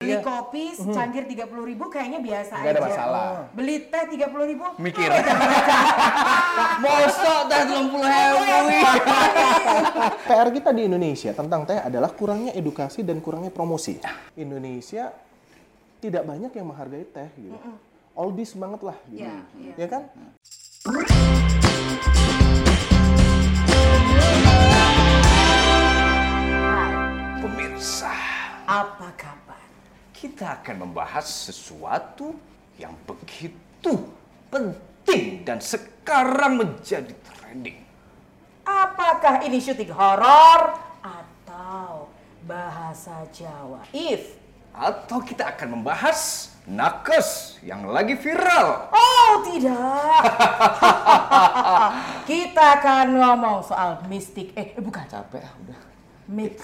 Beli kopi secangkir tiga puluh ribu kayaknya biasa Iya. Mhm. Nggak ada aja. masalah. Beli teh tiga puluh ribu. Mikir. Mosok dah 60 ewu. PR kita di Indonesia tentang teh adalah kurangnya edukasi dan kurangnya promosi. Indonesia tidak banyak yang menghargai teh gitu. All this banget lah gitu. Iya, iya. Ya kan? Pemirsa, Apa kabar? kita akan membahas sesuatu yang begitu penting dan sekarang menjadi trending. Apakah ini syuting horor atau bahasa Jawa? If Atau kita akan membahas nakes yang lagi viral. Oh tidak. Kita akan ngomong soal mistik. Eh eh, bukan. Capek ah, udah. Mix.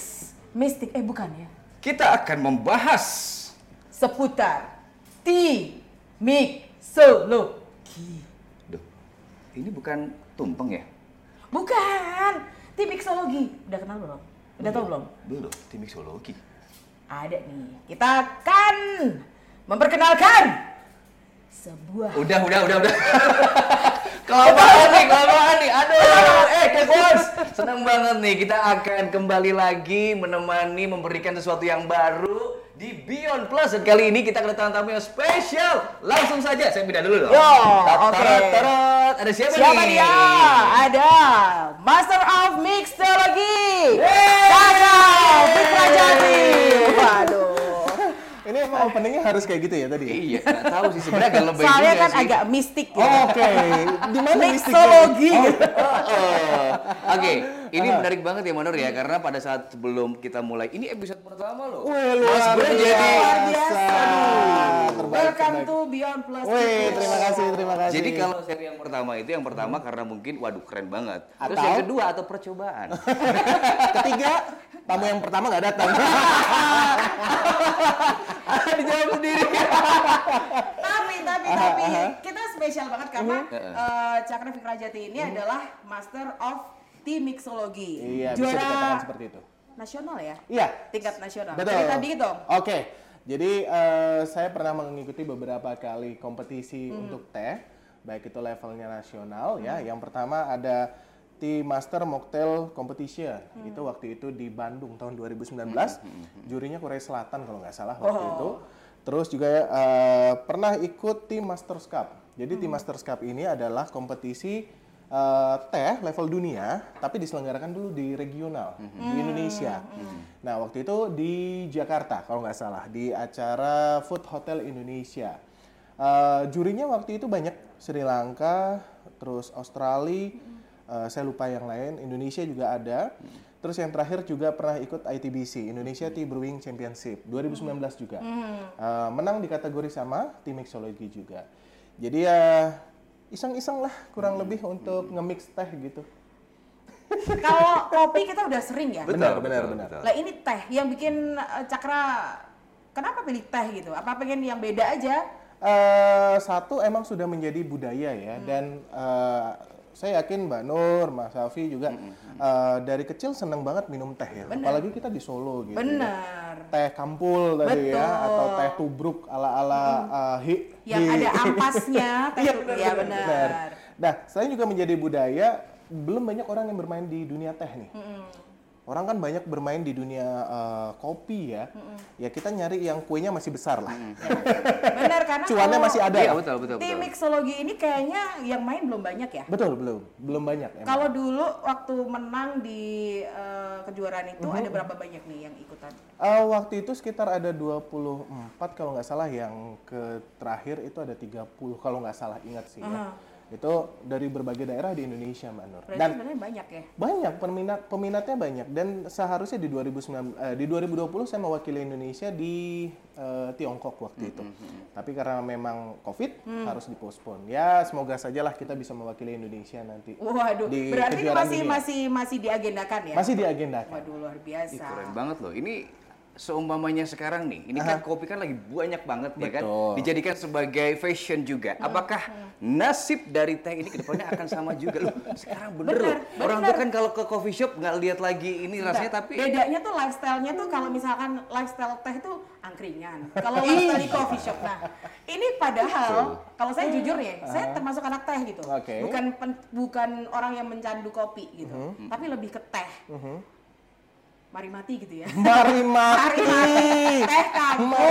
Mistik. Eh bukan ya. Kita akan membahas Seputar. Ti. Mik. Soloki. Duh, ini bukan tumpeng ya? Bukan. Ti miksologi. Udah kenal belum? Udah Iya. tau belum? Belum, tim miksologi. Ada nih. Kita akan memperkenalkan sebuah Udah, udah, udah, udah. kelamaan nih, kelamaan nih. Aduh, eh, Kak Bos. Senang banget nih, kita akan kembali lagi menemani, memberikan sesuatu yang baru di Beyond Plus. Dan kali ini kita kedatangan tamu yang spesial. Langsung saja, saya pindah dulu dong. Yo, Tat- oke. tarat, tarat. Ada siapa, Siapa nih? dia? Ada Master of Mixology. Yeay. Kakak Fitra Jati. Waduh. Ini emang openingnya harus kayak gitu ya tadi. ya? Iya, nggak tahu sih. Sebenarnya agak lebih Soalnya kan agak mistik gitu. Oke, di mana mistiknya? Mixologi. Oh, Oke, ini Uh-huh. menarik banget ya Manur ya karena pada saat sebelum kita mulai ini episode pertama loh. Wih, luar Bro biasa. jadi Luar biasa. terbaik, Welcome terbaik. to Beyond Plus. Wih, terima kasih, terima kasih. jadi kalau seri yang pertama itu yang pertama karena mungkin waduh keren banget. Terus Hmm. Atau- yang kedua atau percobaan. ketiga tamu yang pertama nggak datang. Ah, Dijawab sendiri. Tapi, tapi, tapi kita spesial banget karena Mhm. eh, Cakra Fitra Jati ini adalah Master of T Mixologi. iya, bisa dikatakan Juara seperti itu. nasional ya? Iya. Tingkat nasional. Betul. Cerita dikit dong. Oke. Jadi eh, saya pernah mengikuti beberapa kali kompetisi Hmm. untuk teh, baik itu levelnya nasional ya. Yang pertama ada Tea Master Mocktail Competition. Hmm. Itu waktu itu di Bandung tahun 2019. Jurinya Korea Selatan kalau nggak salah waktu Oh. itu. Terus juga eh, pernah ikut Tea Masters Cup. Jadi Tea Masters Cup ini adalah kompetisi eh, teh level dunia, tapi diselenggarakan dulu di regional di Indonesia. Nah waktu itu di Jakarta kalau nggak salah di acara Food Hotel Indonesia. Eh, jurinya waktu itu banyak Sri Lanka, terus Australia, eh, saya lupa yang lain. Indonesia juga ada. Terus yang terakhir juga pernah ikut ITBC Indonesia Tea Brewing Championship 2019 juga. Eh, menang di kategori sama tim mixology juga. Jadi ya iseng-iseng lah kurang lebih untuk nge-mix teh gitu. Kalau kopi kita udah sering ya. Benar, benar, benar. Lah ini teh yang bikin eh, Cakra kenapa pilih teh gitu? Apa pengen yang beda aja? Eh, satu emang sudah menjadi budaya ya Hmm. dan eh, saya yakin Mbak Nur, Mas Safi juga Hmm, eh, dari kecil seneng banget minum teh ya. Apalagi kita di Solo gitu. ya. Bener. Teh kampul tadi Betul. ya Hmm. atau teh tubruk ala-ala eh, hi, Yang hi- ada ampasnya, teh Iya, tu- benar, ya benar, benar. benar. Nah, selain juga menjadi budaya, belum banyak orang yang bermain di dunia teh nih. Hmm, Orang kan banyak bermain di dunia eh, kopi ya. Hmm, Ya kita nyari yang kuenya masih besar lah. Benar karena Cuannya kalau masih ada. Iya, lah. betul, betul, Tim betul. mixologi ini kayaknya yang main belum banyak ya. Betul, belum. Belum banyak emang. Kalau dulu waktu menang di eh, kejuaraan itu Mhm. ada berapa banyak nih yang ikutan? Eh, waktu itu sekitar ada 24 kalau nggak salah yang ke terakhir itu ada 30 kalau nggak salah ingat sih ya. Itu dari berbagai daerah di Indonesia, Mbak Nur. Berarti Dan sebenarnya banyak ya. banyak peminat peminatnya banyak dan seharusnya di 2019 eh, di 2020 saya mewakili Indonesia di eh, Tiongkok waktu itu. Tapi karena memang Covid harus dipospon. Ya, semoga sajalah kita bisa mewakili Indonesia nanti. Waduh, Di berarti kejuaraan masih dunia. masih masih diagendakan ya. Masih diagendakan. Waduh luar biasa. Nah, Keren banget loh. Ini seumpamanya sekarang nih, ini kan kopi kan lagi banyak banget ya kan, Betul. Hmm. dijadikan sebagai fashion juga. Apakah nasib dari teh ini kedepannya akan sama juga? Loh, sekarang bener, loh. Bener, Orang bener. tuh kan kalau ke coffee shop nggak lihat lagi ini rasanya, tapi bedanya tuh lifestyle-nya tuh kalau misalkan lifestyle teh tuh angkringan. Kalau lifestyle di coffee shop. Nah, ini padahal kalau saya jujur ya, saya termasuk anak teh gitu. Oke. Bukan pen- bukan orang yang mencandu kopi gitu, Mhm. tapi lebih ke teh. Mari mati gitu ya. Mari Mari mati mati. teh kamu.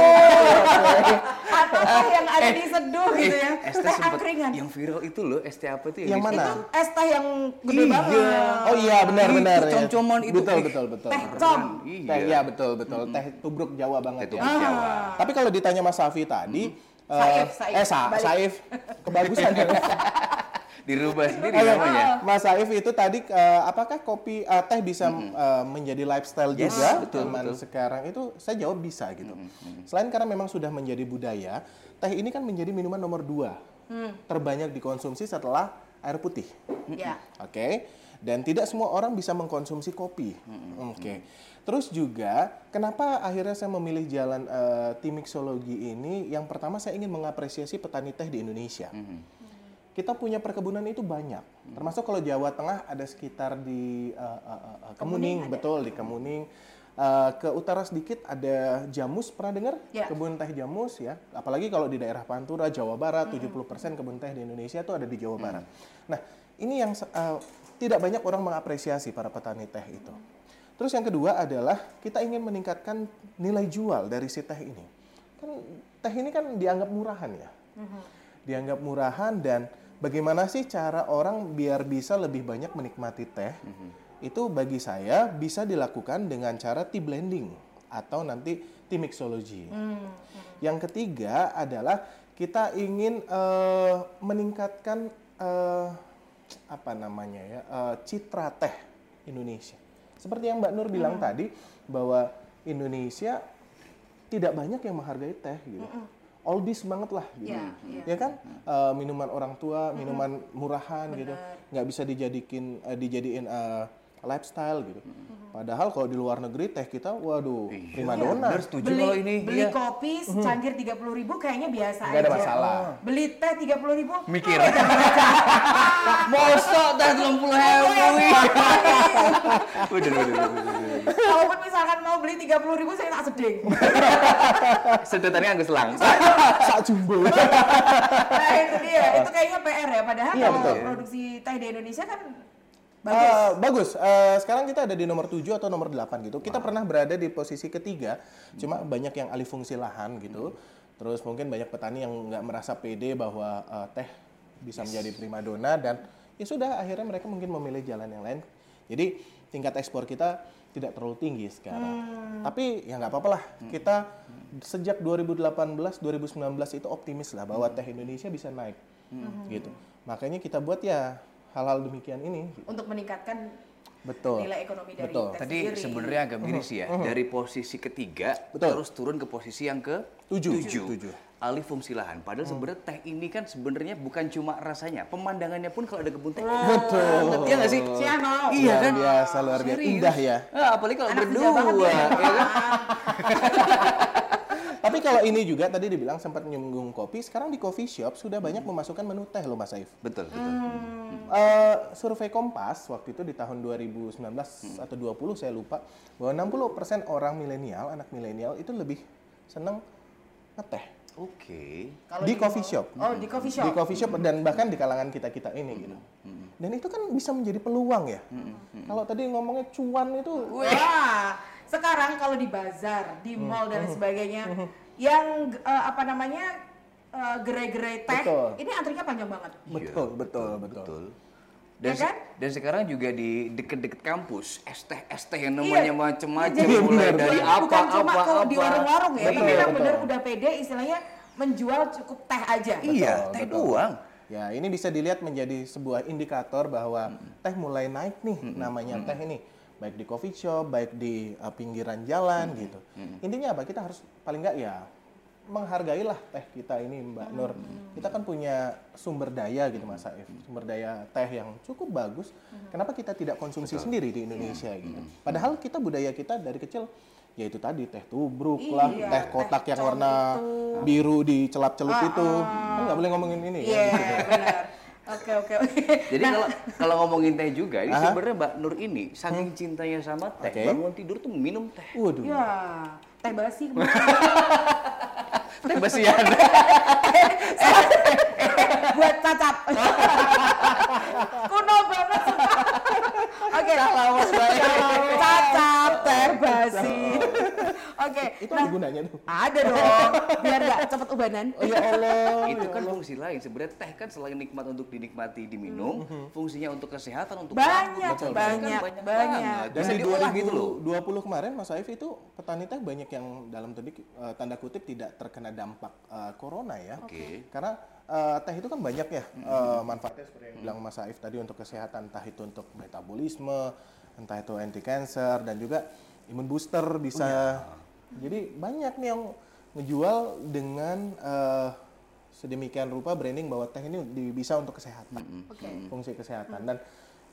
Atau teh yang ada di seduh gitu ya. eh, es teh Teh sempet angkringan. yang viral itu loh, ST apa tuh? Yang mana? Itu es teh yang gede Iya. banget. Oh iya Itu benar-benar. ya. com-coman itu. Betul Ih. betul betul. Teh com. Tom. Teh ya betul betul. Teh tubruk Jawa banget Iya. Teh ya. tubruk Jawa. Tapi kalau ditanya Mas Safi tadi, eh, Saif, Saif. eh Sa- Balik. Saif, kebagusan ya. Dirubah sendiri Oh, iya. namanya. Mas Saif itu tadi eh, apakah kopi eh, teh bisa eh, menjadi lifestyle Yes, juga betul, zaman betul. sekarang itu saya jawab bisa gitu. Selain karena memang sudah menjadi budaya, teh ini kan menjadi minuman nomor dua terbanyak dikonsumsi setelah air putih. Ya. Oke. Dan tidak semua orang bisa mengkonsumsi kopi. Oke. Terus juga, kenapa akhirnya saya memilih jalan eh, tim mixologi ini? Yang pertama saya ingin mengapresiasi petani teh di Indonesia. Kita punya perkebunan itu banyak. Termasuk kalau Jawa Tengah ada sekitar di eh, eh, eh, eh, Kemuning, betul di Kemuning. Eh, ke utara sedikit ada Jamus, pernah dengar? Ya. Kebun teh Jamus ya. Apalagi kalau di daerah Pantura, Jawa Barat, 70% kebun teh di Indonesia itu ada di Jawa Barat. Nah, ini yang se- eh, tidak banyak orang mengapresiasi para petani teh itu. Terus yang kedua adalah kita ingin meningkatkan nilai jual dari si teh ini. Kan teh ini kan dianggap murahan ya. Dianggap murahan dan bagaimana sih cara orang biar bisa lebih banyak menikmati teh? Itu bagi saya bisa dilakukan dengan cara tea blending atau nanti tea mixology. Yang ketiga adalah kita ingin eh, meningkatkan eh, apa namanya ya eh, citra teh Indonesia. Seperti yang Mbak Nur bilang tadi bahwa Indonesia tidak banyak yang menghargai teh gitu. Oldies banget lah gitu. Iya, iya. Ya kan? Eh, minuman orang tua, minuman murahan gitu. nggak bisa dijadikin eh, dijadiin eh, lifestyle gitu. Padahal kalau di luar negeri teh kita waduh prima donna. Iya, Bener setuju beli, kalau ini. beli Iya. kopi secangkir tiga puluh ribu kayaknya biasa Nggak ada aja. masalah. beli teh tiga puluh ribu Oh, Mikir. Mosok dah 30 ewu. iya. Bener, bener, bener, bener. kalaupun misalkan mau beli tiga puluh ribu saya tak sedih Sedotannya anggus lang. Sak jumbo. nah itu dia itu kayaknya pr ya padahal Iya, kalau betul. produksi teh di Indonesia kan bagus Ah. Eh, bagus. Eh, sekarang kita ada di nomor 7 atau nomor 8 gitu. Kita pernah berada di posisi ketiga, cuma banyak yang alih fungsi lahan gitu. Terus mungkin banyak petani yang nggak merasa pede bahwa eh, teh bisa menjadi primadona dan ya sudah akhirnya mereka mungkin memilih jalan yang lain. Jadi tingkat ekspor kita tidak terlalu tinggi sekarang. Tapi ya nggak apa-apa lah. Kita sejak 2018 2019 itu optimis lah bahwa teh Indonesia bisa naik. Gitu. Makanya kita buat ya hal-hal demikian ini untuk meningkatkan Betul. nilai ekonomi dari Betul. teh Tadi sendiri sebenarnya agak miris ya, dari posisi ketiga Mm-hmm. Betul. terus turun ke posisi yang ke Tujuh. tujuh. Tujuh. Mm. Alih fungsi lahan. Padahal sebenarnya teh ini kan sebenarnya bukan cuma rasanya, pemandangannya pun kalau ada kebun teh. Betul. Iya nggak sih? Saya mau. Iya Luar kan? biasa, luar biasa. Serius. Indah ya. Ah, apalagi kalau Anak senja banget berdua, ya. ya kan? Tapi kalau ini juga tadi dibilang sempat nyunggung kopi, sekarang di coffee shop sudah banyak memasukkan menu teh loh Mas Saif. Betul, betul. Mm. Hmm. Eh, survei Kompas waktu itu di tahun 2019 atau 20 saya lupa bahwa 60% orang milenial, anak milenial itu lebih seneng ngeteh Oke. Kalau di coffee shop. oh di coffee shop Di coffee shop dan bahkan di kalangan kita-kita ini gitu. Dan itu kan bisa menjadi peluang ya. Kalau tadi ngomongnya cuan itu Iya. Wah, sekarang kalau di bazar, di Hmm. mall dan sebagainya, yang eh, apa namanya eh, gerai-gerai teh, Betul. ini antrinya panjang banget. betul, betul, betul. Betul. Dan, Ya kan? se- dan sekarang juga di deket-deket kampus, es teh, es teh yang namanya macem-macem, Iya. Jadi mulai bener. dari bukan apa, cuma apa, kalau apa. di warung-warung ya, Betul, ini memang betul. benar udah pede istilahnya menjual cukup teh aja. Iya, Betul, teh betul. doang. Ya, ini bisa dilihat menjadi sebuah indikator bahwa teh mulai naik nih namanya teh ini. Baik di coffee shop, baik di uh, pinggiran jalan gitu. Intinya apa? Kita harus paling nggak ya menghargailah teh kita ini Mbak Nur. Kita kan punya sumber daya gitu Mas Saif. Sumber daya teh yang cukup bagus. Kenapa kita tidak konsumsi sendiri di Indonesia gitu? Padahal kita budaya kita dari kecil ya itu tadi teh tubruk Iya, lah, teh kotak teh yang warna contu. biru dicelap-celup Ah, itu. ah. Kan nggak boleh ngomongin ini Iya, kan? benar. Oke, oke, oke. Iya. Jadi kalau kalau ngomongin teh juga, ini Aha. sebenarnya Mbak Nur ini saking Hmm. cintanya sama teh, Oke. bangun tidur tuh minum teh. Waduh. Ya, teh basi kemarin. Teh basian. buat cacap. Kuno banget. sumpah. Oke, Lawas banget. cacap teh basi. Oke, Itu nah, ada gunanya tuh. ada dong. Biar nggak cepet ubanan. Oh ya Allah. Itu iya. kan fungsi lain. Sebenarnya teh kan selain nikmat untuk dinikmati diminum, fungsinya untuk kesehatan, untuk Hmm, Banyak, rambut, untuk banyak, pendidikan, banyak. Kan banget. Dan Bisa di diolah gitu loh. 2020 kemarin Mas Saif itu petani teh banyak yang dalam tadi eh, tanda kutip tidak terkena dampak eh, corona ya. Oke. Karena eh, teh itu kan banyak ya eh, manfaatnya seperti yang bilang Mas Saif tadi untuk kesehatan, entah itu untuk metabolisme, entah itu anti cancer dan juga imun booster bisa. Oh, iya. Jadi banyak nih yang ngejual dengan eh, sedemikian rupa branding bahwa teh ini di- bisa untuk kesehatan Oke. fungsi kesehatan dan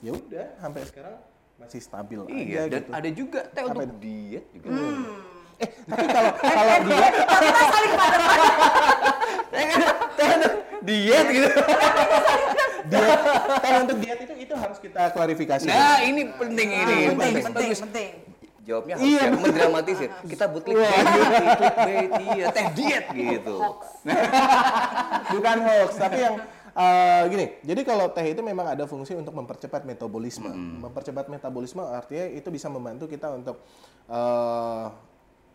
ya udah sampai sekarang masih stabil Iya, aja dan gitu. ada juga teh untuk diet juga. Hmm. Eh, Tapi kalau Eh, kalau dia Kita eh, saling pada Teh kan teh untuk diet gitu. dia teh kan untuk diet itu itu harus kita klarifikasi. Nah, ini penting ini. Ah, penting, penting, penting, Bagus, Iya, bagus. penting. Jawabnya harus ya, mendramatisir. Kita buat clickbait, clickbait, iya, teh diet gitu. Bukan hoax, tapi yang eh, gini. Jadi kalau teh itu memang ada fungsi untuk mempercepat metabolisme. Mempercepat metabolisme artinya itu bisa membantu kita untuk eh,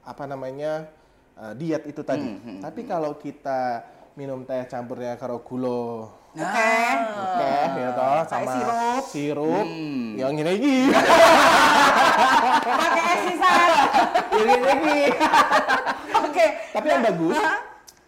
apa namanya eh, diet itu tadi. Tapi kalau kita minum teh campurnya karo gula Oke. teh ya toh Pakai sama sirup. sirup ya yang ini lagi Pakai es sisan. Ini lagi. Oke. tapi yang bagus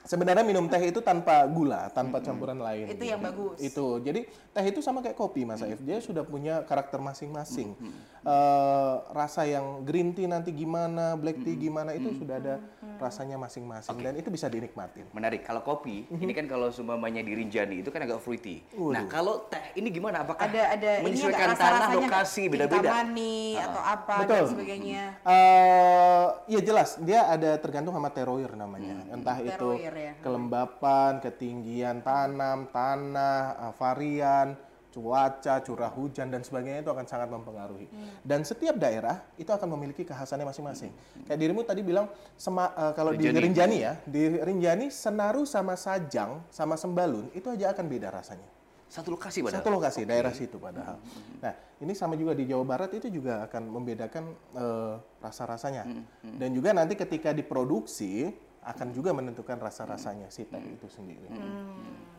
sebenarnya minum teh itu tanpa gula tanpa campuran lain Itu yang bagus. itu jadi teh itu sama kayak kopi mas Saif dia sudah punya karakter masing-masing Eh, rasa yang green tea nanti gimana black tea gimana itu sudah ada rasanya masing-masing dan itu bisa dinikmatin Menarik, kalau kopi, Mhm. ini kan kalau sumamanya di Rinjani itu kan agak fruity. Nah, kalau teh ini gimana? Apakah Ada ada ini menyesuaikan agak tanah, rasa-rasanya lokasi, nggak? beda-beda? Kintamani atau apa dan Betul. sebagainya. eh ya jelas dia ada tergantung sama teroir namanya. Entah itu Hmm. Teroir ya. kelembapan, ketinggian tanam, tanah, eh, varian, cuaca, curah hujan dan sebagainya itu akan sangat mempengaruhi. Hmm. Dan setiap daerah itu akan memiliki kekhasannya masing-masing. Hmm. Kayak dirimu tadi bilang sema- eh, kalau di Rinjani. Rinjani ya, di Rinjani Senaru sama Sajang sama Sembalun itu aja akan beda rasanya. Satu lokasi padahal. Satu lokasi daerah situ padahal. Nah, ini sama juga di Jawa Barat itu juga akan membedakan eh, rasa-rasanya. Dan juga nanti ketika diproduksi akan juga menentukan rasa-rasanya si teh itu sendiri.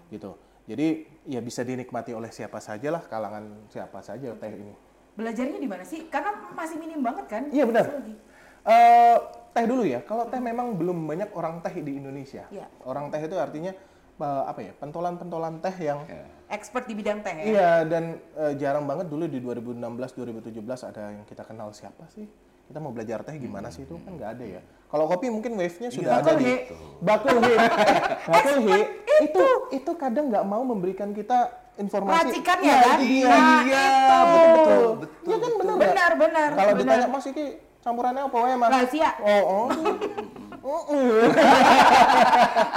Gitu. Jadi ya bisa dinikmati oleh siapa saja lah kalangan siapa saja teh ini. Belajarnya di mana sih? Karena masih minim banget kan? Iya benar. Teknologi. Eh, teh dulu ya. Kalau teh memang belum banyak orang teh di Indonesia. Iya. Orang teh itu artinya eh, apa ya? Pentolan-pentolan teh yang Ya. Expert di bidang teh ya. Iya dan eh, jarang banget dulu di 2016 2017 ada yang kita kenal siapa sih? Kita mau belajar teh gimana sih itu kan nggak ada ya. Kalau kopi mungkin wave-nya sudah ada Iya, Bakul he. di bakul he. bakul he itu itu kadang nggak mau memberikan kita informasi. Racikan ya kan? Iya, Nah, iya, itu. betul, betul. Iya kan benar. nggak? Benar, benar, Kalau benar. ditanya Mas ini campurannya apa ya, Mas? Rahasia. Oh, oh. Oh, oh.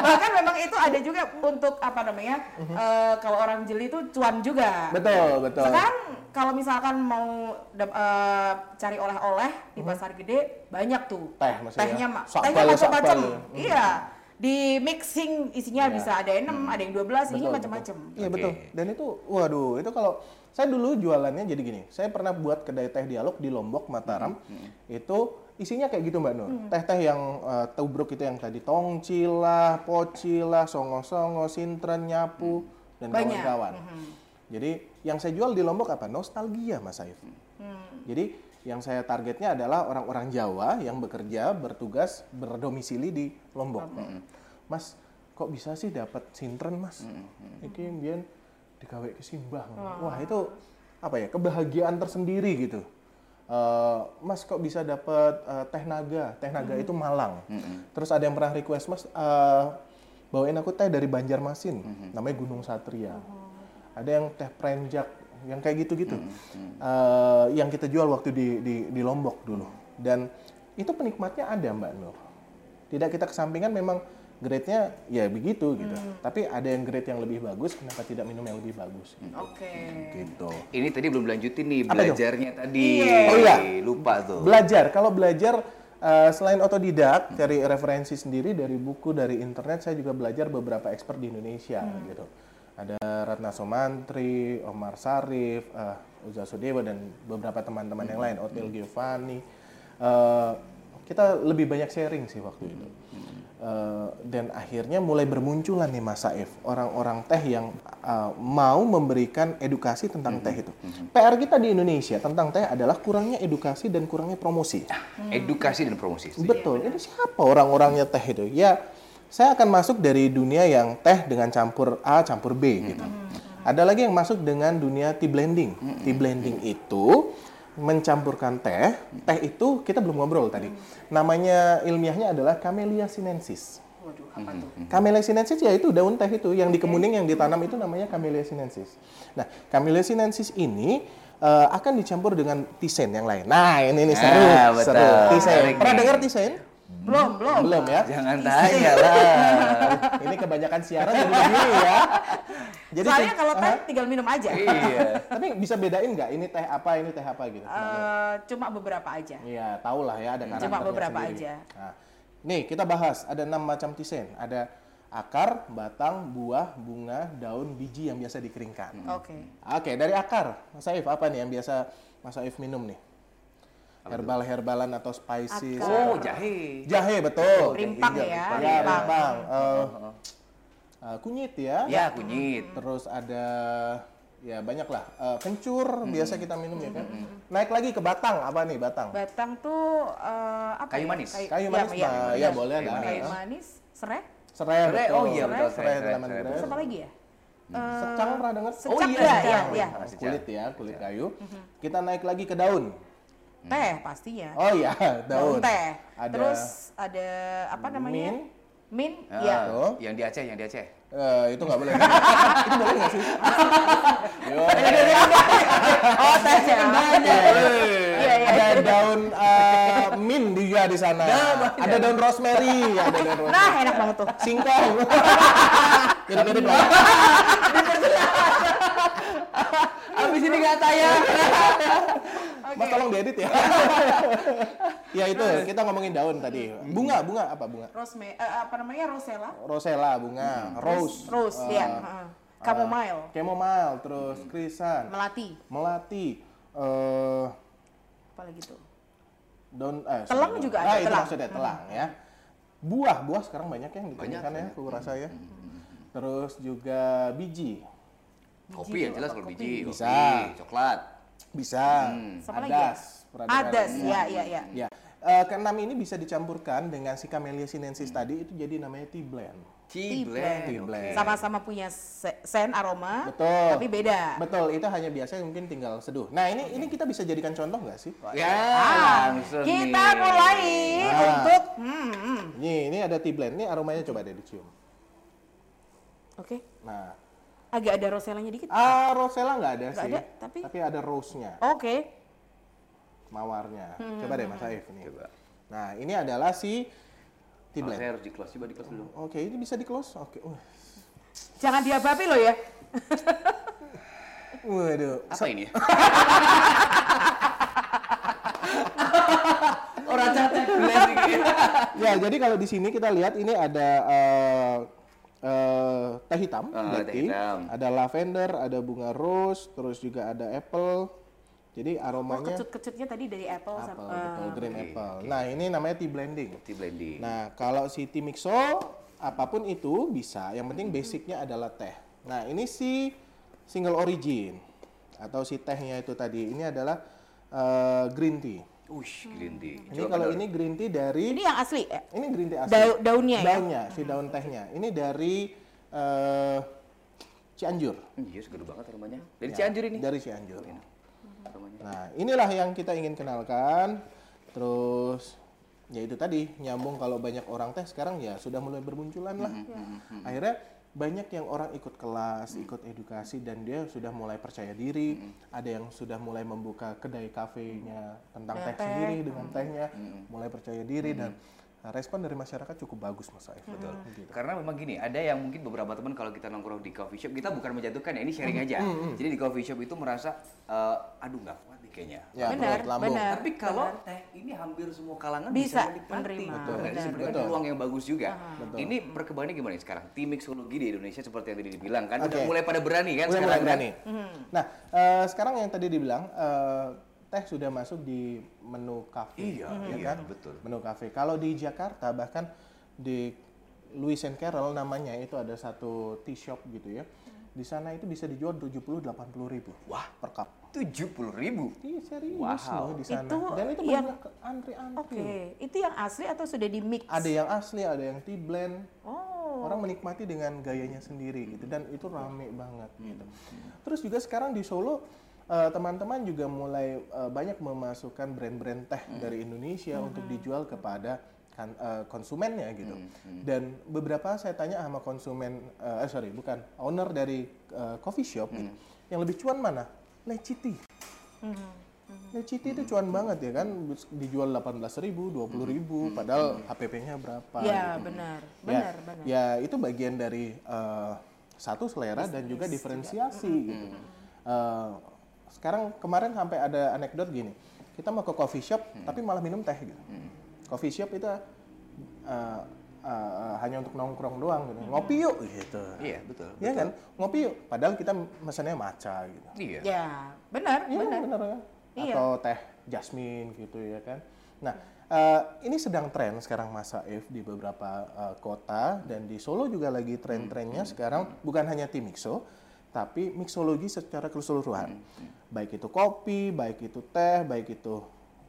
Bahkan memang itu ada juga untuk apa namanya? eh, kalau orang jeli itu cuan juga. Mhm. Betul, betul. Sekarang kalau misalkan mau dap- eh, cari oleh-oleh di pasar gede banyak tuh Mhm. Teh maksudnya. tehnya ma- Sakbal, tehnya macam-macam. sakbal. Iya. Di mixing isinya bisa ada 6, ada yang 12, ini Iya. Mhm. Betul, macam-macam. betul. Iya betul. Dan itu, waduh, itu kalau saya dulu jualannya jadi gini. Saya pernah buat kedai teh dialog di Lombok, Mataram. Itu isinya kayak gitu Mbak Nur. Teh-teh yang eh, tubruk itu yang tadi tongcila, pocila, songo-songo, sintren, nyapu dan Banyak. kawan-kawan. Jadi yang saya jual di Lombok apa? Nostalgia Mas Saif. Jadi yang saya targetnya adalah orang-orang Jawa yang bekerja, bertugas, berdomisili di Lombok. Mas, kok bisa sih dapat sintren, Mas? Iki mbiyen digawe ke Simbah. Wah, itu apa ya? Kebahagiaan tersendiri gitu. Eh, mas kok bisa dapat eh, teh naga? Teh naga itu Malang. Terus ada yang pernah request, Mas, eh, bawain aku teh dari Banjarmasin, namanya Gunung Satria. Ada yang teh prenjak, yang kayak gitu-gitu. Eh, yang kita jual waktu di di, di Lombok dulu. Dan itu penikmatnya ada Mbak Nur. Tidak kita kesampingan memang grade-nya ya begitu gitu. Tapi ada yang grade yang lebih bagus, kenapa tidak minum yang lebih bagus? Oke. Gitu. Ini tadi belum lanjutin nih Apa tuh? belajarnya tadi. Iya. Oh, iya. Lupa tuh. Belajar, kalau belajar eh, selain otodidak, cari referensi sendiri dari buku, dari internet, saya juga belajar beberapa expert di Indonesia gitu. Ada Ratna Somantri, Omar Sarif, eh, Uza Sudewa dan beberapa teman-teman yang lain, Otil Giovanni. Eh, kita lebih banyak sharing sih waktu itu. Eh, dan akhirnya mulai bermunculan nih Mas Saif orang-orang teh yang eh, mau memberikan edukasi tentang teh itu. PR kita di Indonesia tentang teh adalah kurangnya edukasi dan kurangnya promosi. Ah, Edukasi dan promosi. Betul. Ini siapa orang-orangnya teh itu? Ya, saya akan masuk dari dunia yang teh dengan campur A, campur B gitu. Ada lagi yang masuk dengan dunia tea blending. Tea blending itu mencampurkan teh. Teh itu kita belum ngobrol tadi. Namanya ilmiahnya adalah Camellia sinensis. Waduh, apa Mhm. tuh? Camellia sinensis ya itu daun teh itu yang di kemuning yang ditanam itu namanya Camellia sinensis. Nah, Camellia sinensis ini eh, akan dicampur dengan tisen yang lain. Nah, ini nih seru, Ah, betul. seru. Tisen. Menarik Pernah nih. Iya. dengar tisen? Belum, belum. Belum ya. Jangan tanya lah. Ini kebanyakan siaran jadi begini ya. Jadi Soalnya tuh- kalau teh tinggal minum aja. iya. tapi bisa bedain nggak ini teh apa ini teh apa gitu. Eh, cuma beberapa aja. Iya, tahu lah ya ada karakternya beberapa sendiri. aja. Nah, nih kita bahas ada enam macam tisen. Ada akar, batang, buah, bunga, daun, biji yang biasa dikeringkan. Oke. Oke, dari akar, Mas Saif apa nih yang biasa Mas Saif minum nih? Herbal-herbalan atau spicy? Akar. Oh, jahe. Jahe betul. Rimpang Iya, ya, Iya, rimpang. rimpang. Oh, Eh, eh, kunyit ya. Ya, kunyit. Terus ada ya banyak lah Eh, kencur Hmm. biasa kita minum ya kan. Naik lagi ke batang apa nih batang? Batang tuh eh, apa? Kayu ya? manis. Kayu iya, manis Mbak. iya, ya, boleh Kayu lah. Kayu Heeh. manis, serai, Serai Serai, betul. oh iya, betul, serai, serai, serai, lemongrass. serai, terus apa lagi ya? Hmm. Eh, Secang pernah dengar? secang Oh iya, ya, iya, secang. iya. Hmm, Nah, kulit ya, kulit kayu. Kita naik lagi ke daun. Teh pastinya. Oh iya, daun. teh. Ada Terus ada apa namanya? Min. Oh. Min, Ah, iya. Tuh. yang di Aceh, yang di Aceh. eh, itu nggak boleh. itu boleh nggak sih? Iya, Yo. Oh, teh kan ya. Iya, iya. Ada daun eh, mint juga di sana. Ada daun rosemary, ada daun rosemary. Nah, enak banget tuh. singkong mirip mirip lah Abis ini nggak tayang. mas tolong diedit ya ya itu kita ngomongin daun tadi bunga bunga apa bunga Rosme, eh, apa namanya? Rosella. rosella bunga rose Ah. Eh, Rose, iya. heeh. Chamomile, Hmm. chamomile terus krisan melati, melati eh apa lagi tuh? daun eh, sorry, Telang daun. juga ah, ada, itu telang. maksudnya telang ya buah buah sekarang banyak yang ditemukan ya aku rasa ya terus juga biji Kopi yang jelas kalau biji. Bisa. Kopi, coklat. bisa Sama lagi ya? Hmm. adas pernah dengar? Adas, iya, iya, iya. Ya, eh, keenam ini bisa dicampurkan dengan si Camellia sinensis tadi itu jadi namanya tea blend. Tea Tea blend. oke. blend. Sama-sama punya se- sen aroma, Betul. Ah, tapi beda. Betul, itu hanya biasanya mungkin tinggal seduh. Nah, ini ini kita bisa jadikan contoh nggak sih? Ya, Ah, langsung Ah, Kita nih. mulai Nah. untuk hmm, hmm. Ini ini ada tea blend, ini aromanya coba deh dicium. Oke, Nah, agak ada roselanya dikit. ah rosella nggak ada Nggak sih, ada, tapi- ada rose-nya, Oke. mawarnya. Coba deh Mas Saif ini. Coba. Nah, ini adalah si tea Oh, saya blend. harus di close, coba di close dulu. Oke, ini bisa di close. Oke. uh. Wah. Jangan diabapi loh ya. Waduh. Apa ini? Orang cacat blend gitu. ya jadi kalau di sini kita lihat ini ada eh, eh, teh hitam, Ah, black teh tea. hitam. ada lavender, ada bunga rose, terus juga ada apple. Jadi Oh, aromanya kecut-kecutnya tadi dari apple, Iya. apple, sama eh, betul, green oke, apple. Nah ini namanya tea blending. Tea blending. Nah kalau si tea mixo apapun itu bisa, yang penting basicnya adalah teh. Nah ini si single origin atau si tehnya itu tadi ini adalah eh, green tea. Ush, Hmm. green tea. Ini Coba kalau bener. ini green tea dari Ini yang asli ya. ini green tea asli. Dau- daunnya ya? Daunnya, si daun tehnya. Ini dari eh, Cianjur. Hmm, Iya, seger banget aromanya. Dari Ya. Cianjur ini. Dari Cianjur. Aromanya. Nah, inilah yang kita ingin kenalkan. Terus ya itu tadi nyambung kalau banyak orang teh sekarang ya sudah mulai bermunculan lah. Akhirnya banyak yang orang ikut kelas, ikut edukasi dan dia sudah mulai percaya diri. Ada yang sudah mulai membuka kedai kafenya tentang teh sendiri dengan tehnya, mulai percaya diri dan respon dari masyarakat cukup bagus Mas Saif. Gitu. Betul. Karena memang gini, ada yang mungkin beberapa teman kalau kita nongkrong di coffee shop, kita bukan menjatuhkan ya, ini sharing Hmm, aja. Jadi di coffee shop itu merasa, eh, aduh nggak kuat nih kayaknya. Ya, Benar, perut lambung. Iya, benar. Tapi kalau teh ini hampir semua kalangan Bisa bisa, menikmati. menerima, Betul. Nah, Ini benar. sebenarnya Betul. peluang yang bagus juga. Ini perkembangannya gimana nih sekarang? Tim mixologi di Indonesia seperti yang tadi dibilang kan, udah Oke. mulai pada berani kan Mulai sekarang mulai kan? berani. Nah, eh, sekarang yang tadi dibilang eh, teh sudah masuk di menu kafe. Iya, ya iya, kan? betul. Menu kafe. Kalau di Jakarta bahkan di Lewis and Carroll namanya itu ada satu tea shop gitu ya. Di sana itu bisa dijual 70-80 ribu. Wah, per cup. Tujuh ribu. Iya serius Wow. loh di sana. Itu Dan itu yang- banyak antri-antri. Oke, itu yang asli atau sudah di mix? Ada yang asli, ada yang tea blend. Oh, Orang menikmati dengan gayanya sendiri gitu dan itu rame banget gitu. Terus juga sekarang di Solo eh, teman-teman juga mulai eh, banyak memasukkan brand-brand teh dari Indonesia untuk dijual kepada kan- eh, konsumennya gitu. Dan beberapa saya tanya sama konsumen eh eh, sorry bukan owner dari eh, coffee shop gitu, yang lebih cuan mana? Leciti. Leciti itu cuan banget ya kan dijual 18.000, 20.000 padahal HPP-nya berapa ya benar, benar, ya, benar. ya itu bagian dari eh, satu selera dan juga diferensiasi gitu. Eh, sekarang kemarin sampai ada anekdot gini, kita mau ke coffee shop tapi malah minum teh gitu. Coffee shop itu eh, eh, hanya untuk nongkrong doang gitu. Ngopi yuk gitu. Iya, betul. Iya kan? Ngopi yuk. Padahal kita mesennya matcha gitu. Iya. Ya, benar, Iya benar. benar kan? Iya. Atau teh jasmine gitu ya kan. Nah, eh, ini sedang tren sekarang Mas Saif di beberapa eh, kota dan di Solo juga lagi Hmm, tren-trennya sekarang bukan hanya tim mixo tapi mixologi secara Hmm, keseluruhan. Baik itu kopi, baik itu teh, baik itu